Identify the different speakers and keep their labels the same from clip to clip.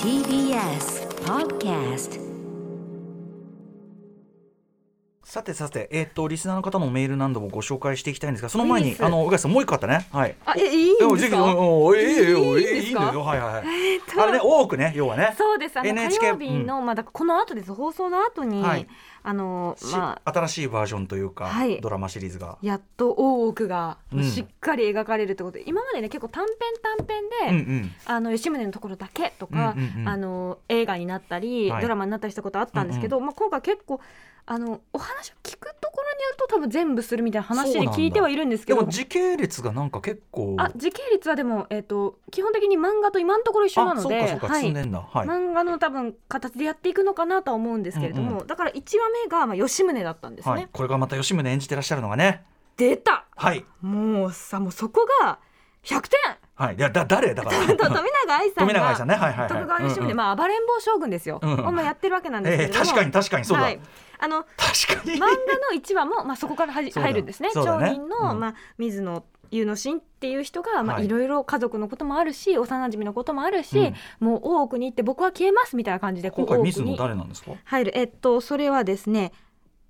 Speaker 1: TBS Podcast
Speaker 2: さてさて、えーっとリスナーの方のメール何度もご紹介していきたいんですがその前に
Speaker 3: いいです
Speaker 2: あの宇賀さんもう一個あったねはい
Speaker 3: あ、え、いいんです
Speaker 2: ぜひうん
Speaker 3: か。
Speaker 2: うんええよえ
Speaker 3: いいん
Speaker 2: え
Speaker 3: です
Speaker 2: いい
Speaker 3: か
Speaker 2: のよはいはいはい、あれね多くね要はね
Speaker 3: そうです。あの
Speaker 2: NHK
Speaker 3: 火曜日の、まあ、だからこの後です。放送の後に、
Speaker 2: はい
Speaker 3: あの、
Speaker 2: し
Speaker 3: まあ。
Speaker 2: 新しいバージョンというか、
Speaker 3: はい
Speaker 2: ドラマシリーズが
Speaker 3: やっと大奥が
Speaker 2: うん
Speaker 3: しっかり描かれるってことで、今までね結構短編短
Speaker 2: う
Speaker 3: 編
Speaker 2: んう
Speaker 3: で、
Speaker 2: ん
Speaker 3: あの吉宗のところだけとか、
Speaker 2: うんうんうん
Speaker 3: あの映画になったり、
Speaker 2: はい
Speaker 3: ドラマになったりしたことあったんですけど、まあ、今回結構あのお話を聞くところによると多分全部するみたいな話
Speaker 2: そう
Speaker 3: で
Speaker 2: なんだ
Speaker 3: 聞いてはいるんですけ
Speaker 2: で
Speaker 3: ど
Speaker 2: も時系列がなんか結構
Speaker 3: あ時系列はでも、えっと基本的に漫画と今のところ一緒な
Speaker 2: あ
Speaker 3: の
Speaker 2: そうか
Speaker 3: で
Speaker 2: そうか、
Speaker 3: はい
Speaker 2: 進んでんだはい、
Speaker 3: 漫画の多分形でやっていくのかなとは思うんですけれども、
Speaker 2: うん
Speaker 3: だから1話目がまあ吉宗だったんですね、
Speaker 2: はい、これがまた吉宗演じてらっしゃるのがね
Speaker 3: 出た
Speaker 2: はい
Speaker 3: もうさもうそこが100点
Speaker 2: はいいやだ誰だか
Speaker 3: と
Speaker 2: ら
Speaker 3: 富 永愛さん
Speaker 2: 富永愛さ
Speaker 3: が
Speaker 2: んねはいはいはい
Speaker 3: 徳川吉宗、
Speaker 2: うんうん
Speaker 3: まあ暴れん坊将軍ですよ、
Speaker 2: うんうん
Speaker 3: をまあやってるわけなんですけれ
Speaker 2: ええ
Speaker 3: ども、
Speaker 2: 確かに確かにそうだ、
Speaker 3: はい、あの
Speaker 2: 確かに
Speaker 3: 漫画の1話も、まあ、そこからはじ
Speaker 2: そうだ
Speaker 3: 入るんですね
Speaker 2: そうだ
Speaker 3: 町
Speaker 2: ね
Speaker 3: 人の、
Speaker 2: うん
Speaker 3: まあ、水野優之進っていう人が、まあ、
Speaker 2: はい
Speaker 3: いろいろ家族のこともあるし幼馴染のこともあるし、
Speaker 2: うん
Speaker 3: もう大奥に行って僕は消えますみたいな感じでこ
Speaker 2: 今
Speaker 3: う
Speaker 2: 回
Speaker 3: 大
Speaker 2: 水
Speaker 3: 奥
Speaker 2: 野
Speaker 3: に
Speaker 2: 誰なんですか
Speaker 3: 入るえっとそれはですね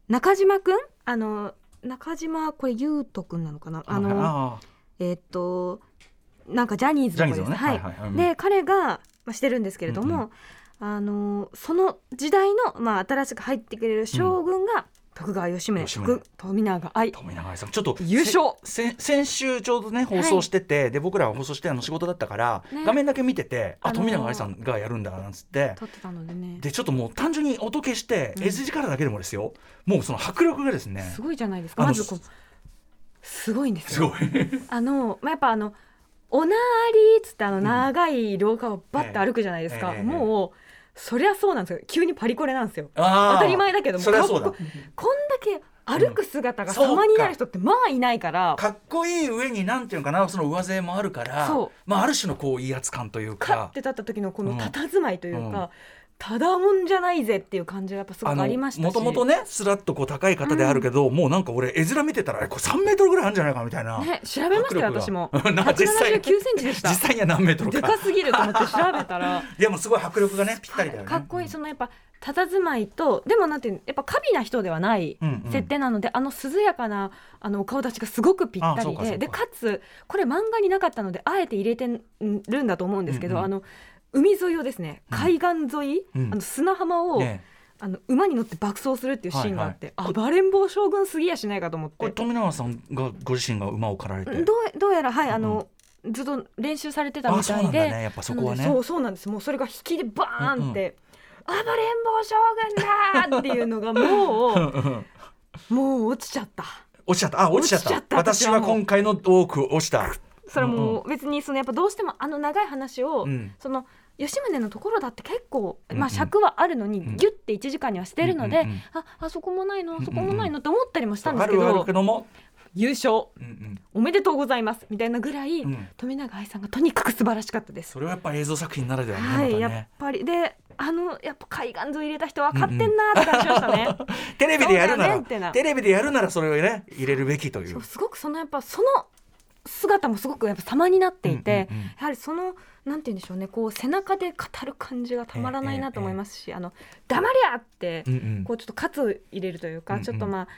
Speaker 3: 中島くんあの中島これ優斗くんなのかなあの
Speaker 2: あ
Speaker 3: えっとなんかジャニーズ
Speaker 2: ジャ
Speaker 3: の子
Speaker 2: ニーズ
Speaker 3: で
Speaker 2: の
Speaker 3: す、
Speaker 2: ね、
Speaker 3: はい
Speaker 2: はいうん
Speaker 3: で彼が、まあ、してるんですけれども、
Speaker 2: うんう
Speaker 3: あのその時代の、まあ、新しく入ってくれる将軍が、徳川吉宗
Speaker 2: 吉宗
Speaker 3: 徳富永愛
Speaker 2: 富永愛さんちょっと
Speaker 3: 優勝
Speaker 2: せせ先週ちょうどね放送してて、で僕らは放送してあの仕事だったから、
Speaker 3: ね
Speaker 2: 画面だけ見ててあ
Speaker 3: あのー
Speaker 2: 富永愛さんがやるんだなんつって
Speaker 3: 撮ってたのでね
Speaker 2: でちょっともう単純に音消して
Speaker 3: うん
Speaker 2: 絵字からだけでもですよ、もうその迫力がですね
Speaker 3: すごいじゃないです
Speaker 2: あ
Speaker 3: か
Speaker 2: の
Speaker 3: まずこうすごいんです
Speaker 2: す
Speaker 3: よ
Speaker 2: ごい
Speaker 3: あの、まあ、やっぱあの「おなーり」っつってあの長い廊下をバッて歩くじゃないですか、
Speaker 2: ええええ
Speaker 3: もうそりゃそうなんですよ急にパリコレなんですよ
Speaker 2: 当
Speaker 3: 当たり前だけども
Speaker 2: それはそう
Speaker 3: か
Speaker 2: だ
Speaker 3: っここんだけ歩く姿が
Speaker 2: うんそうか
Speaker 3: 様になる人ってまあいないから、
Speaker 2: かっこいい上になんていうのかなその上背もあるから
Speaker 3: そう
Speaker 2: まあ、ある種のこう威圧感という
Speaker 3: かっ
Speaker 2: か
Speaker 3: て立った時のこ
Speaker 2: う
Speaker 3: の
Speaker 2: ん
Speaker 3: 佇まいというか、
Speaker 2: うん
Speaker 3: ただもんじゃないぜっていう感じがやっぱすごくありましたし
Speaker 2: もともとねすらっとこう高い方であるけど、もうなんか俺絵面見てたらこれ3メートルぐらいあるんじゃないかみたいな、
Speaker 3: ね調べましたよ私も
Speaker 2: な実際
Speaker 3: 179センチでした
Speaker 2: 実際には何メートル
Speaker 3: で
Speaker 2: か
Speaker 3: かすぎると思って調べたら
Speaker 2: でもすごい迫力がねぴったりだよね
Speaker 3: かっこいいそのやっぱ佇まいとでもなんていうのやっぱ過敏な人ではない
Speaker 2: うんうん
Speaker 3: 設定なので、あの涼やかなあのお顔立ちがすごくぴった
Speaker 2: あそう
Speaker 3: り
Speaker 2: かそうか
Speaker 3: ででかつこれ漫画になかったのであえて入れてるんだと思うんですけど、
Speaker 2: うんうん
Speaker 3: あの海沿いをですね
Speaker 2: うん
Speaker 3: 海岸沿い、
Speaker 2: うん
Speaker 3: あの砂浜を、
Speaker 2: ね
Speaker 3: あの馬に乗って爆走するっていうシーンがあって、暴れん坊将軍すぎやしないかと思っ
Speaker 2: これ
Speaker 3: て
Speaker 2: 富永さんがご自身が馬を駆られて
Speaker 3: どうどうやらはいあ
Speaker 2: うんう
Speaker 3: の、ずっと練習されてた
Speaker 2: あ
Speaker 3: み
Speaker 2: そう
Speaker 3: た
Speaker 2: なん
Speaker 3: いで
Speaker 2: だねやっぱそこはね
Speaker 3: なのでそうそうなんですもうそれが引きでバーンって、暴れん坊将軍だーっていうのがも
Speaker 2: うんうん
Speaker 3: うもう落ちちゃった
Speaker 2: 落ちちゃったあ落ちちゃった
Speaker 3: 落ちちゃった
Speaker 2: 私
Speaker 3: 私
Speaker 2: は
Speaker 3: はもう
Speaker 2: 今回の多く落ちた、
Speaker 3: それは
Speaker 2: うん
Speaker 3: もう別にそのやっぱどうしてもあの長い話を、
Speaker 2: うん
Speaker 3: その吉宗のところだって結構、
Speaker 2: うんう
Speaker 3: ま
Speaker 2: ん
Speaker 3: あ、尺はあるのに、
Speaker 2: ん
Speaker 3: ギュッて1時間にはしてるので、
Speaker 2: うんうんうん
Speaker 3: ああそこもないのあそこもないのって思ったりもしたんで
Speaker 2: あ
Speaker 3: すけ
Speaker 2: る
Speaker 3: ど、
Speaker 2: はあるけども、
Speaker 3: 優勝
Speaker 2: うんうん
Speaker 3: おめでとうございますみたいなぐらい、
Speaker 2: うん
Speaker 3: 富永愛さんがとにかく素晴らしかったです。
Speaker 2: それはやっぱ映像作品ならではね,、
Speaker 3: はい、
Speaker 2: ま
Speaker 3: や
Speaker 2: た
Speaker 3: っ
Speaker 2: ね
Speaker 3: ぱりであのやっぱ海岸沿い入れた人分かってんなーって感じました ね。
Speaker 2: テレビでや
Speaker 3: そ
Speaker 2: るな
Speaker 3: うだ
Speaker 2: ら、
Speaker 3: ねってな
Speaker 2: テレビでやるならそれをね入れるべきとい
Speaker 3: そううすごくそのやっぱその姿もすごくやっぱ様になっていて、
Speaker 2: うんうんうん
Speaker 3: やはりそのなんて言うんでしょうねこう背中で語る感じがたまらないなと思いますし、あの黙りゃって
Speaker 2: うんうん
Speaker 3: こうちょっと喝を入れるというか、
Speaker 2: うんうん
Speaker 3: ちょっとまあ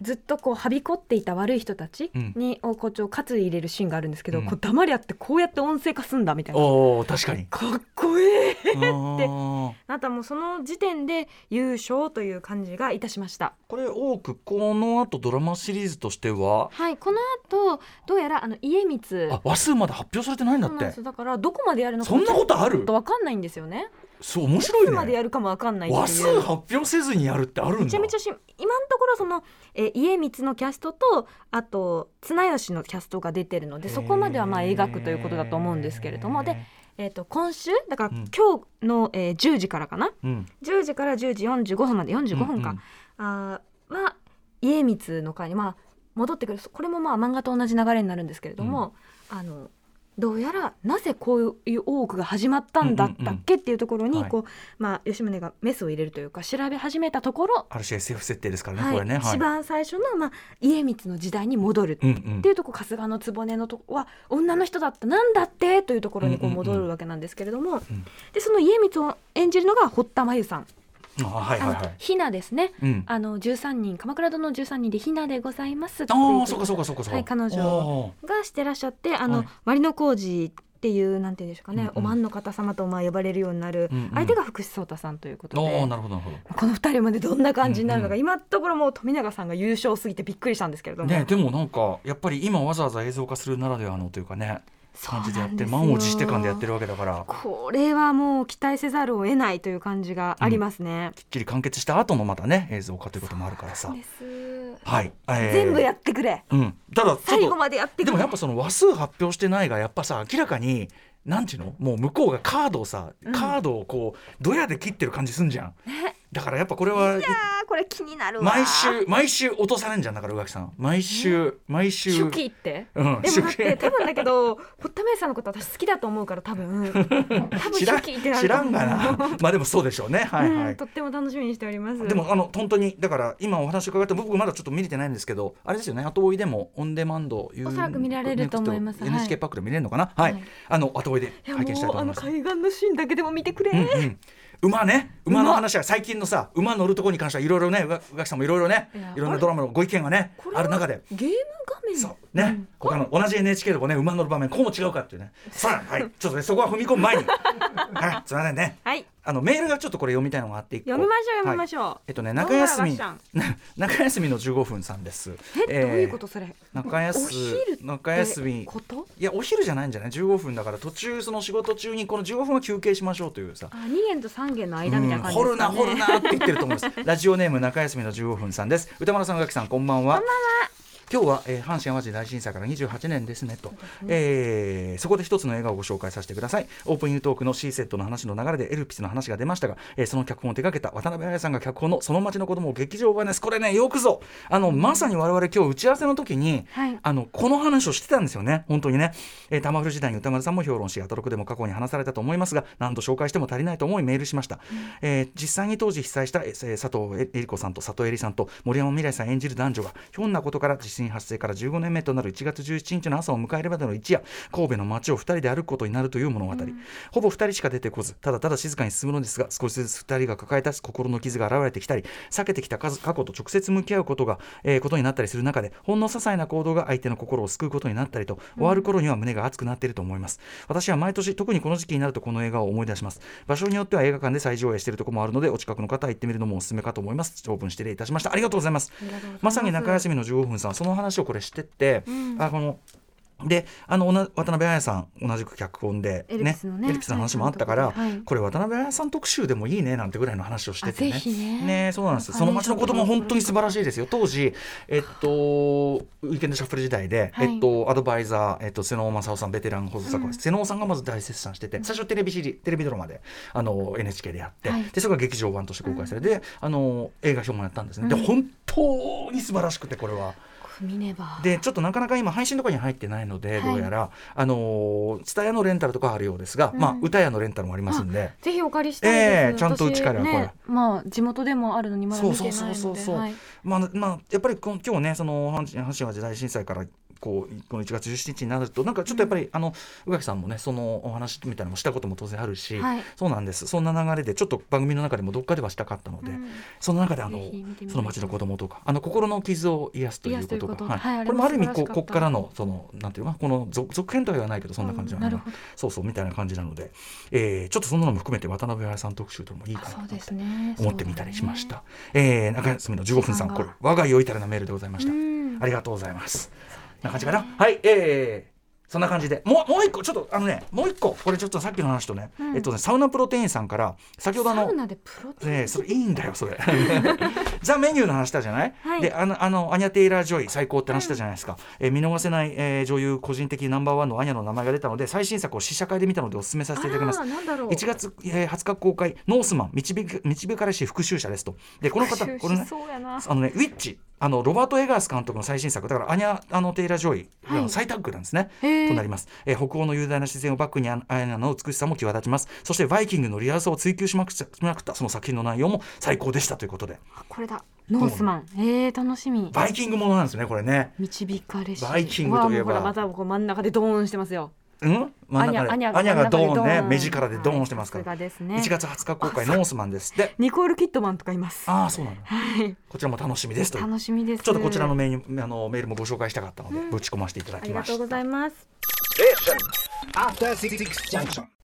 Speaker 3: ずっとこうはびこっていた悪い人たちに、をこうちょっと喝入れるシーンがあるんですけど、
Speaker 2: うん
Speaker 3: こう黙りゃってこうやって音声化すんだみたいな。
Speaker 2: おお確かに。
Speaker 3: かっこいい
Speaker 2: あー
Speaker 3: あとはもうその時点で優勝という感じがいたしました
Speaker 2: これ多くこの後ドラマシリーズとしては
Speaker 3: はいこの後どうやらあの家光
Speaker 2: あ話数まだ発表されてないんだ
Speaker 3: そう
Speaker 2: っ
Speaker 3: なんで
Speaker 2: て
Speaker 3: すだからどこまでやるのか
Speaker 2: そんな
Speaker 3: ちょ
Speaker 2: こ
Speaker 3: っ
Speaker 2: とある
Speaker 3: とわかんないんですよね。
Speaker 2: そう面
Speaker 3: い
Speaker 2: 白
Speaker 3: つま
Speaker 2: い
Speaker 3: で
Speaker 2: ね
Speaker 3: やるかもわかんないっていう。
Speaker 2: 話数発表せずにやるってあるんだ
Speaker 3: めちゃめちゃし今のところその、えー家光のキャストとあと綱吉のキャストが出てるのでそこまではまあ描くということだと思うんですけれどもで、えー、と今週だから
Speaker 2: うん
Speaker 3: 今日の、えー10時からかな
Speaker 2: うん、
Speaker 3: 10時から10時45分まで45分か、あーは家光の会にまあ戻ってくるそこれもまあ漫画と同じ流れになるんですけれども、あのどうやらなぜこういう大奥が始まったんだったっけっていうところ
Speaker 2: うんうん
Speaker 3: に
Speaker 2: うん
Speaker 3: こう、まあ、吉宗がメスを入れるというか調べ始めたところ、
Speaker 2: ある種 SF 設定ですからね、
Speaker 3: はい
Speaker 2: これね。は
Speaker 3: 一
Speaker 2: い、
Speaker 3: 番最初の、まあ、家光の時代に戻る
Speaker 2: うんうん
Speaker 3: っていうとこ春日の局のとこは女の人だったなんだってというところにこう
Speaker 2: うんうんうん
Speaker 3: 戻るわけなんですけれども、
Speaker 2: ん
Speaker 3: でその家光を演じるのが堀田真由さん、
Speaker 2: あはいはいは
Speaker 3: あの
Speaker 2: い。
Speaker 3: ひなですね、
Speaker 2: うん
Speaker 3: あの13人鎌倉殿の13人でひなでございますってい
Speaker 2: ああ、
Speaker 3: う
Speaker 2: そうかそうかそうかそうか。
Speaker 3: はい彼女
Speaker 2: お
Speaker 3: がしてらっしゃってあの、
Speaker 2: はい
Speaker 3: 割の工事っていうなんていうんでしょうかね、
Speaker 2: うんうん
Speaker 3: おまんの方様とまあ呼ばれるようになる、
Speaker 2: うんうん
Speaker 3: 相手が福士蒼太さんということ
Speaker 2: ーお
Speaker 3: で
Speaker 2: ー、。なるほどなるほ
Speaker 3: この二人までどんな感じになるのか、
Speaker 2: うんう
Speaker 3: 今のところもう富永さんが優勝すぎてびっくりしたんですけれど
Speaker 2: ど。
Speaker 3: も、
Speaker 2: ね、でもなんかやっぱり今わざわざ映像化するならではのというかね
Speaker 3: そう
Speaker 2: 感
Speaker 3: なん
Speaker 2: じ
Speaker 3: ですよ
Speaker 2: でやって満を持して感でやってるわけだからきっ
Speaker 3: これはもう期待せざるを得ないという感じがありますね。
Speaker 2: ちり完結した後のまたね映像化ということもあるからさ
Speaker 3: です
Speaker 2: はい、えー
Speaker 3: 全部やってくれ。
Speaker 2: うんただちょっと
Speaker 3: 最後までやってくれ。
Speaker 2: でもやっぱその話数発表してないがやっぱさ明らかになんていうのもう向こうがカードをさ、
Speaker 3: うん
Speaker 2: カードをこうドヤで切ってる感じすんじゃん
Speaker 3: ね
Speaker 2: だからやっぱこれは
Speaker 3: あーこれ気になるわ。
Speaker 2: 毎週毎週落とされんじゃんだから宇垣さん毎週毎週
Speaker 3: 初期って。
Speaker 2: うん
Speaker 3: でもだっ
Speaker 2: 初期
Speaker 3: て多分だけど堀田芽衣さんのこと私好きだと思うから多 分多分
Speaker 2: 知らん
Speaker 3: 初期ってなると思う
Speaker 2: 知らんがなまあでもそうでしょうねはいは
Speaker 3: うん
Speaker 2: い
Speaker 3: とっても楽しみにしております
Speaker 2: でもあの本当にだから今お話伺っても僕まだちょっと見れてないんですけどあれですよね後追いでもオンデマンド
Speaker 3: おそらく見られると思いますはい
Speaker 2: NHK パックで見れるのかなはい、
Speaker 3: はい
Speaker 2: あの後追いで
Speaker 3: いや
Speaker 2: 拝見したい
Speaker 3: も
Speaker 2: と
Speaker 3: うあ
Speaker 2: 思い
Speaker 3: の
Speaker 2: ます
Speaker 3: 海岸のシーンだけでも見てくれ、
Speaker 2: うんうん馬ね馬の
Speaker 3: 馬
Speaker 2: 話は最近のさ馬乗るところに関してはいろいろね宇垣宇垣さんもいろいろね
Speaker 3: いや
Speaker 2: いろんなドラマのご意見がね
Speaker 3: これは
Speaker 2: ある中で。
Speaker 3: ゲーム画面
Speaker 2: そうね、他の同じ NHK でもね馬乗る場面こうも違うかっていうねさあはいちょっとねそこは踏み込む前にはいすいませんね
Speaker 3: はい
Speaker 2: あのメールがちょっとこれ読みたいのがあって一個
Speaker 3: 読みましょう読みましょう、
Speaker 2: えっとね中休み
Speaker 3: どんな話
Speaker 2: 中休みの15分さんです
Speaker 3: えどういうことそれ、
Speaker 2: 中
Speaker 3: お
Speaker 2: 休
Speaker 3: 昼って
Speaker 2: 中休み
Speaker 3: こと
Speaker 2: いやお昼じゃないんじゃない15分だから途中その仕事中にこの15分は休憩しましょうというさ
Speaker 3: あ二元と三元の間みたいな感じ
Speaker 2: うん
Speaker 3: で
Speaker 2: 掘る
Speaker 3: すか
Speaker 2: な
Speaker 3: ね。
Speaker 2: 掘るなって言ってると思います ラジオネーム中休みの15分さんです歌丸さん宇垣さんこんばんは今日は、えー阪神・淡路大震災から28年ですねとえーそこで一つの映画をご紹介させてくださいオープニングトークの C セットの話の流れでエルピスの話が出ましたが、えーその脚本を手掛けた渡辺彩さんが脚本のその町の子供を劇場版ですこれねよくぞあのまさに我々今日打ち合わせの時に、
Speaker 3: はい
Speaker 2: あのこの話をしてたんですよね本当にね、えー、玉古時代に歌丸さんも評論しアトロクでも過去に話されたと思いますが何度紹介しても足りないと思いメールしました、えー実際に当時被災した、えー佐藤えり子さんと佐藤恵里さんと森山未来さん演じる男女がひょんなことから地震発生から15年目となる1月17日の朝を迎えるまでの一夜神戸の街を2人で歩くことになるという物語、ほぼ2人しか出てこずただただ静かに進むのですが少しずつ2人が抱えた心の傷が現れてきたり避けてきた数過去と直接向き合うことが、えーことになったりする中でほんの些細な行動が相手の心を救うことになったりと終わる頃には胸が熱くなっていると思います私は毎年特にこの時期になるとこの映画を思い出します場所によっては映画館で再上映しているところもあるのでお近くの方は行ってみるのもおすすめかと思います長文失礼いたしましたありがとうございます
Speaker 3: りがとうございます
Speaker 2: まさに中休みの15分さんその話をこれしてって、あこのであのおな渡辺彩さん同じく脚本で、
Speaker 3: エルピスのね
Speaker 2: エルピスの話もあったから、
Speaker 3: はい
Speaker 2: これ渡辺彩さん特集でもいいねなんてぐらいの話をしててね
Speaker 3: あぜひね
Speaker 2: そうなんですよその町の子供本当に素晴らしいですよ当時えっとウィーケンドシャッフル時代で、
Speaker 3: はい
Speaker 2: えっとアドバイザー、えっと、瀬能正夫さんベテラン放送作家、瀬能さんがまず大絶賛してて最初テレビシリテレビドラマであの NHK でやって、
Speaker 3: はい
Speaker 2: でそれが劇場版として公開されて、であの映画表もやったんですね、
Speaker 3: う
Speaker 2: で
Speaker 3: ん
Speaker 2: 本当に素晴らしくてこれは。
Speaker 3: 見ねば。
Speaker 2: でちょっとなかなか今配信とかに入ってないので、
Speaker 3: はい
Speaker 2: どうやらあの蔦屋のレンタルとかあるようですが、まあ
Speaker 3: うん
Speaker 2: 歌屋のレンタルもありますんで。
Speaker 3: ぜひお借りしたいです。
Speaker 2: ええちゃんとうちから
Speaker 3: 私
Speaker 2: これ
Speaker 3: ね、まあ地元でもあるのにまだ見てないので。
Speaker 2: そうそうそうそうそう
Speaker 3: はい
Speaker 2: まあまあ、やっぱりこの今日ねその阪神・阪神淡路大震災からこうこの1月17日になるとなんかちょっとやっぱり、あの宇垣さんもねそのお話みたいなのもしたことも当然あるし、
Speaker 3: はい
Speaker 2: そうなんですそんな流れでちょっと番組の中でもどっかではしたかったので、
Speaker 3: うん
Speaker 2: その中であの
Speaker 3: ぜひ見てみたい
Speaker 2: その町の子供とかあの心の傷を癒すという
Speaker 3: 癒
Speaker 2: こと
Speaker 3: すというこ
Speaker 2: が
Speaker 3: と
Speaker 2: はい
Speaker 3: はいあれも
Speaker 2: これもある意味こ
Speaker 3: 素晴
Speaker 2: う
Speaker 3: らしか
Speaker 2: こ
Speaker 3: っ
Speaker 2: ったからのそのなんていうのかこの続続編とは言わないけどそんな感じ
Speaker 3: うん
Speaker 2: の
Speaker 3: なるほど
Speaker 2: そうそうみたいな感じなので、えーちょっとそんなのも含めて渡辺彩さん特集というのもいい
Speaker 3: あ
Speaker 2: かな
Speaker 3: そう
Speaker 2: と思って
Speaker 3: ですね。
Speaker 2: 思ってみたりしまし
Speaker 3: そ
Speaker 2: た。えー、中休みの15分さん、
Speaker 3: 時間が
Speaker 2: これ、我が良いたれなメールでございました
Speaker 3: う。ん
Speaker 2: ありがとうございます。な感じかな。はい、えー、そんな感じで、もう、もう一個、ちょっと、あのね、もう一個、これちょっとさっきの話とね、
Speaker 3: うん
Speaker 2: えっとね、サウナプロテインさんから、先ほ
Speaker 3: う
Speaker 2: どあ
Speaker 3: だね。サ
Speaker 2: の
Speaker 3: ウ、ナでプロテイン。
Speaker 2: ね、それいいんだよ それザ・メニューの話したじゃない、
Speaker 3: はい
Speaker 2: であのあのアニャ・テイラー・ジョイ最高って話したじゃないですか、えー見逃せない、えー女優個人的ナンバーワンのアニャの名前が出たので最新作を試写会で見たのでおすすめさせていただきます
Speaker 3: あらなんだろう
Speaker 2: 1月、えー20日公開「ノースマン導く導かれし復讐者」ですとでこの方
Speaker 3: 復讐
Speaker 2: これね
Speaker 3: しそうやな。
Speaker 2: あのねウィッチあのロバート・エガース監督の最新作だからアニャ・あのテイラ・ジョイ
Speaker 3: は
Speaker 2: が
Speaker 3: い
Speaker 2: 再タッグなんですね、
Speaker 3: へー
Speaker 2: となります、えー北欧の雄大な自然をバックにアアイナの美しさも際立ちますそしてバイキングのリアルさを追求しまくっちゃしまくったその作品の内容も最高でしたということで
Speaker 3: あこれだノースマンえー、楽しみ
Speaker 2: バイキングものなんですねこれね
Speaker 3: 導かれし
Speaker 2: バイキングといえば
Speaker 3: うわもうほらまたこう真ん中でドーンしてますよ
Speaker 2: うん真ん中で
Speaker 3: アニャ
Speaker 2: アニャがドーン
Speaker 3: 真ん中
Speaker 2: ね
Speaker 3: でドーン
Speaker 2: 目力でドーンしてますから、
Speaker 3: はいさすがですね
Speaker 2: 1月20日公開ノースマンですって
Speaker 3: ニコール・キットマンとかいます
Speaker 2: ああそうなの
Speaker 3: はい
Speaker 2: こちらも楽しみですという
Speaker 3: 楽しみです
Speaker 2: ちょっとこちらのメールあのメールもご紹介したかったので、ぶち込ませていただ
Speaker 3: あ
Speaker 2: き
Speaker 3: りが
Speaker 2: ま
Speaker 3: とう
Speaker 2: し
Speaker 3: ご
Speaker 2: た
Speaker 3: ざいます
Speaker 4: After Six Junction.